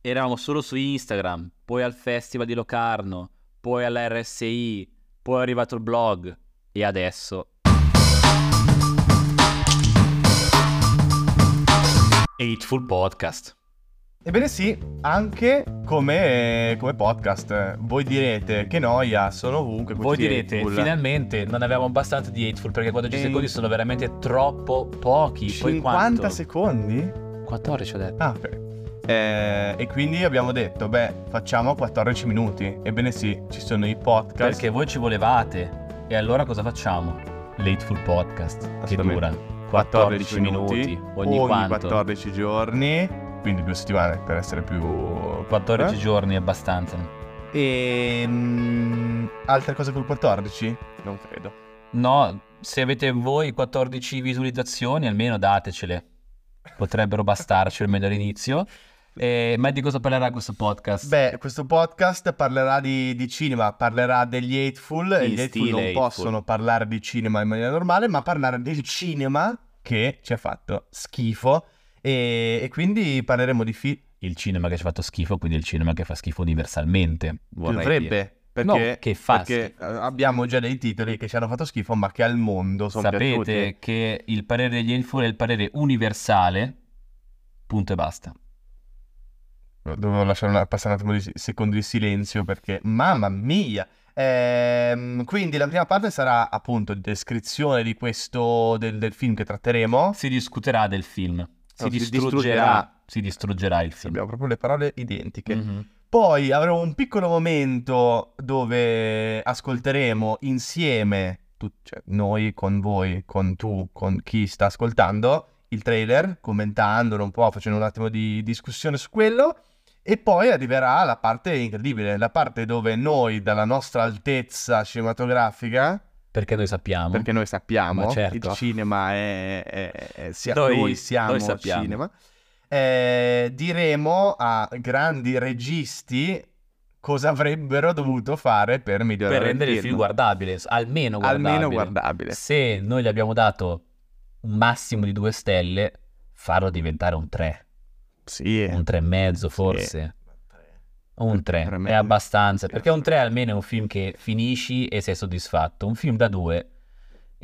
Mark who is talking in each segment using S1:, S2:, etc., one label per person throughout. S1: eravamo solo su Instagram, poi al Festival di Locarno, poi alla RSI, poi è arrivato il blog e adesso... Hateful Podcast.
S2: Ebbene sì, anche come, come podcast. Voi direte che noia, sono ovunque.
S1: Voi
S2: questi
S1: direte,
S2: hateful.
S1: finalmente non avevamo abbastanza di Hateful perché 14
S2: E-
S1: secondi sono veramente troppo pochi. Poi
S2: 50
S1: quanto?
S2: secondi?
S1: 14 ho detto.
S2: Ah, ok. Eh, e quindi abbiamo detto, beh, facciamo 14 minuti. Ebbene sì, ci sono i podcast.
S1: Perché voi ci volevate. E allora cosa facciamo? L'Hateful Podcast che
S2: Assolutamente.
S1: dura 14 minuti, ogni, quanto.
S2: 14 giorni, quindi due settimane per essere più...
S1: 14
S2: eh?
S1: giorni è abbastanza.
S2: E... mm, altre cose col 14? Non credo.
S1: No, se avete voi 14 visualizzazioni almeno datecele. Potrebbero bastarci almeno all'inizio. Eh, ma di cosa parlerà questo podcast?
S2: Beh, questo podcast parlerà di, di cinema, parlerà degli Hateful, e
S1: In
S2: gli Hateful non
S1: stile Hateful.
S2: possono parlare di cinema in maniera normale, ma parlare del cinema che ci ha fatto schifo e, e quindi parleremo di film.
S1: il cinema che ci ha fatto schifo, quindi il cinema che fa schifo universalmente. vorrei dire.
S2: Dovrebbe,
S1: No,
S2: perché,
S1: che fa
S2: perché,
S1: schifo.
S2: eh, abbiamo già dei titoli che ci hanno fatto schifo, ma che al mondo sono
S1: Sapete
S2: piaciuti.
S1: che il parere degli Hateful è il parere universale, punto e basta.
S2: Dovevo lasciare una- passare un attimo di si- secondi di silenzio perché, mamma mia! Ehm, quindi la prima parte sarà appunto descrizione di questo, del, del film che tratteremo.
S1: Si discuterà del film, si,
S2: No, si
S1: distruggerà,
S2: distruggerà.
S1: si distruggerà il film.
S2: Abbiamo proprio le parole identiche.
S1: Mhm.
S2: Poi avremo un piccolo momento dove ascolteremo insieme, tu- cioè, noi con voi, con tu, con chi sta ascoltando, il trailer, commentandolo un po', facendo un attimo di discussione su quello. E poi arriverà la parte incredibile, la parte dove noi, dalla nostra altezza cinematografica,
S1: Perché noi sappiamo.
S2: perché noi sappiamo
S1: Mm. Ma certo.
S2: il cinema è, è- è- sia-
S1: Noi-
S2: noi, siamo
S1: noi
S2: il
S1: sappiamo.
S2: cinema eh, diremo a grandi registi cosa avrebbero dovuto fare per migliorare
S1: per rendere il film guardabile, almeno guardabile.
S2: almeno guardabile
S1: Se noi gli abbiamo dato un massimo di due stelle, farlo diventare un 3,
S2: sì
S1: un 3 e mezzo forse. Un 3
S2: Per me-
S1: è abbastanza,
S2: sì,
S1: perché un 3 almeno è un film che finisci e sei soddisfatto. Un film da 2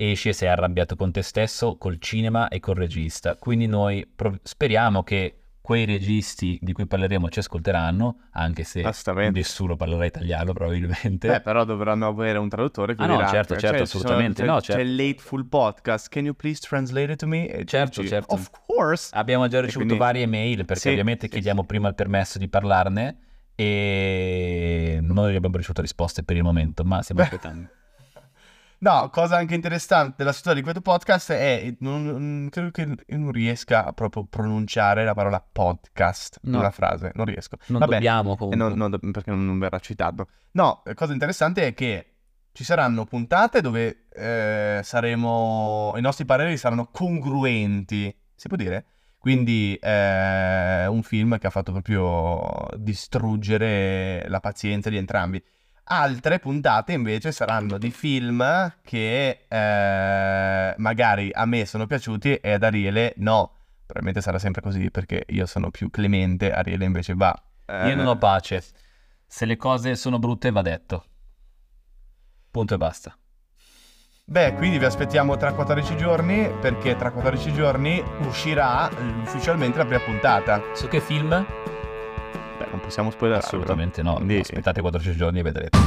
S1: esci e sei arrabbiato con te stesso, col cinema e col regista. Quindi noi prov- speriamo che quei registi di cui parleremo ci ascolteranno, anche se
S2: assolutamente Eh,
S1: nessuno parlerà italiano probabilmente.
S2: Beh, però dovranno avere un traduttore che
S1: Ah, no,
S2: dirà-
S1: certo,
S2: cioè,
S1: certo,
S2: ci sono-
S1: assolutamente,
S2: c'è,
S1: no,
S2: c'è il Lateful Podcast can you please translate it to me E tu
S1: Certo,
S2: dici,
S1: certo.
S2: of course
S1: Abbiamo già
S2: E
S1: ricevuto
S2: quindi-
S1: varie mail perché
S2: Sì,
S1: ovviamente
S2: sì,
S1: chiediamo
S2: sì.
S1: prima il permesso di parlarne e noi abbiamo ricevuto risposte per il momento, ma stiamo
S2: Beh.
S1: aspettando.
S2: No, cosa anche interessante della storia di questo podcast è non, non- credo che non riesca a proprio pronunciare la parola podcast in
S1: No.
S2: una frase, non riesco.
S1: Non
S2: Vabbè,
S1: dobbiamo
S2: eh,
S1: comunque.
S2: non- non do- perché non, non verrà citato. No, eh, cosa interessante è che ci saranno puntate dove eh, saremo, i nostri pareri saranno congruenti, si può dire? Quindi eh, un film che ha fatto proprio distruggere la pazienza di entrambi. Altre puntate invece saranno di film che eh, magari a me sono piaciuti e ad Ariele no. Probabilmente sarà sempre così perché io sono più clemente, Ariele invece va.
S1: Io non
S2: eh,
S1: ho pace. Se le cose sono brutte va detto. Punto e basta.
S2: Beh, quindi vi aspettiamo tra 14 giorni perché tra 14 giorni uscirà eh, ufficialmente la prima puntata.
S1: Su che film?
S2: Beh, non possiamo spoilerare.
S1: Assolutamente no.
S2: Quindi-
S1: Aspettate 14 giorni e vedrete.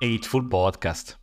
S1: Hateful Podcast.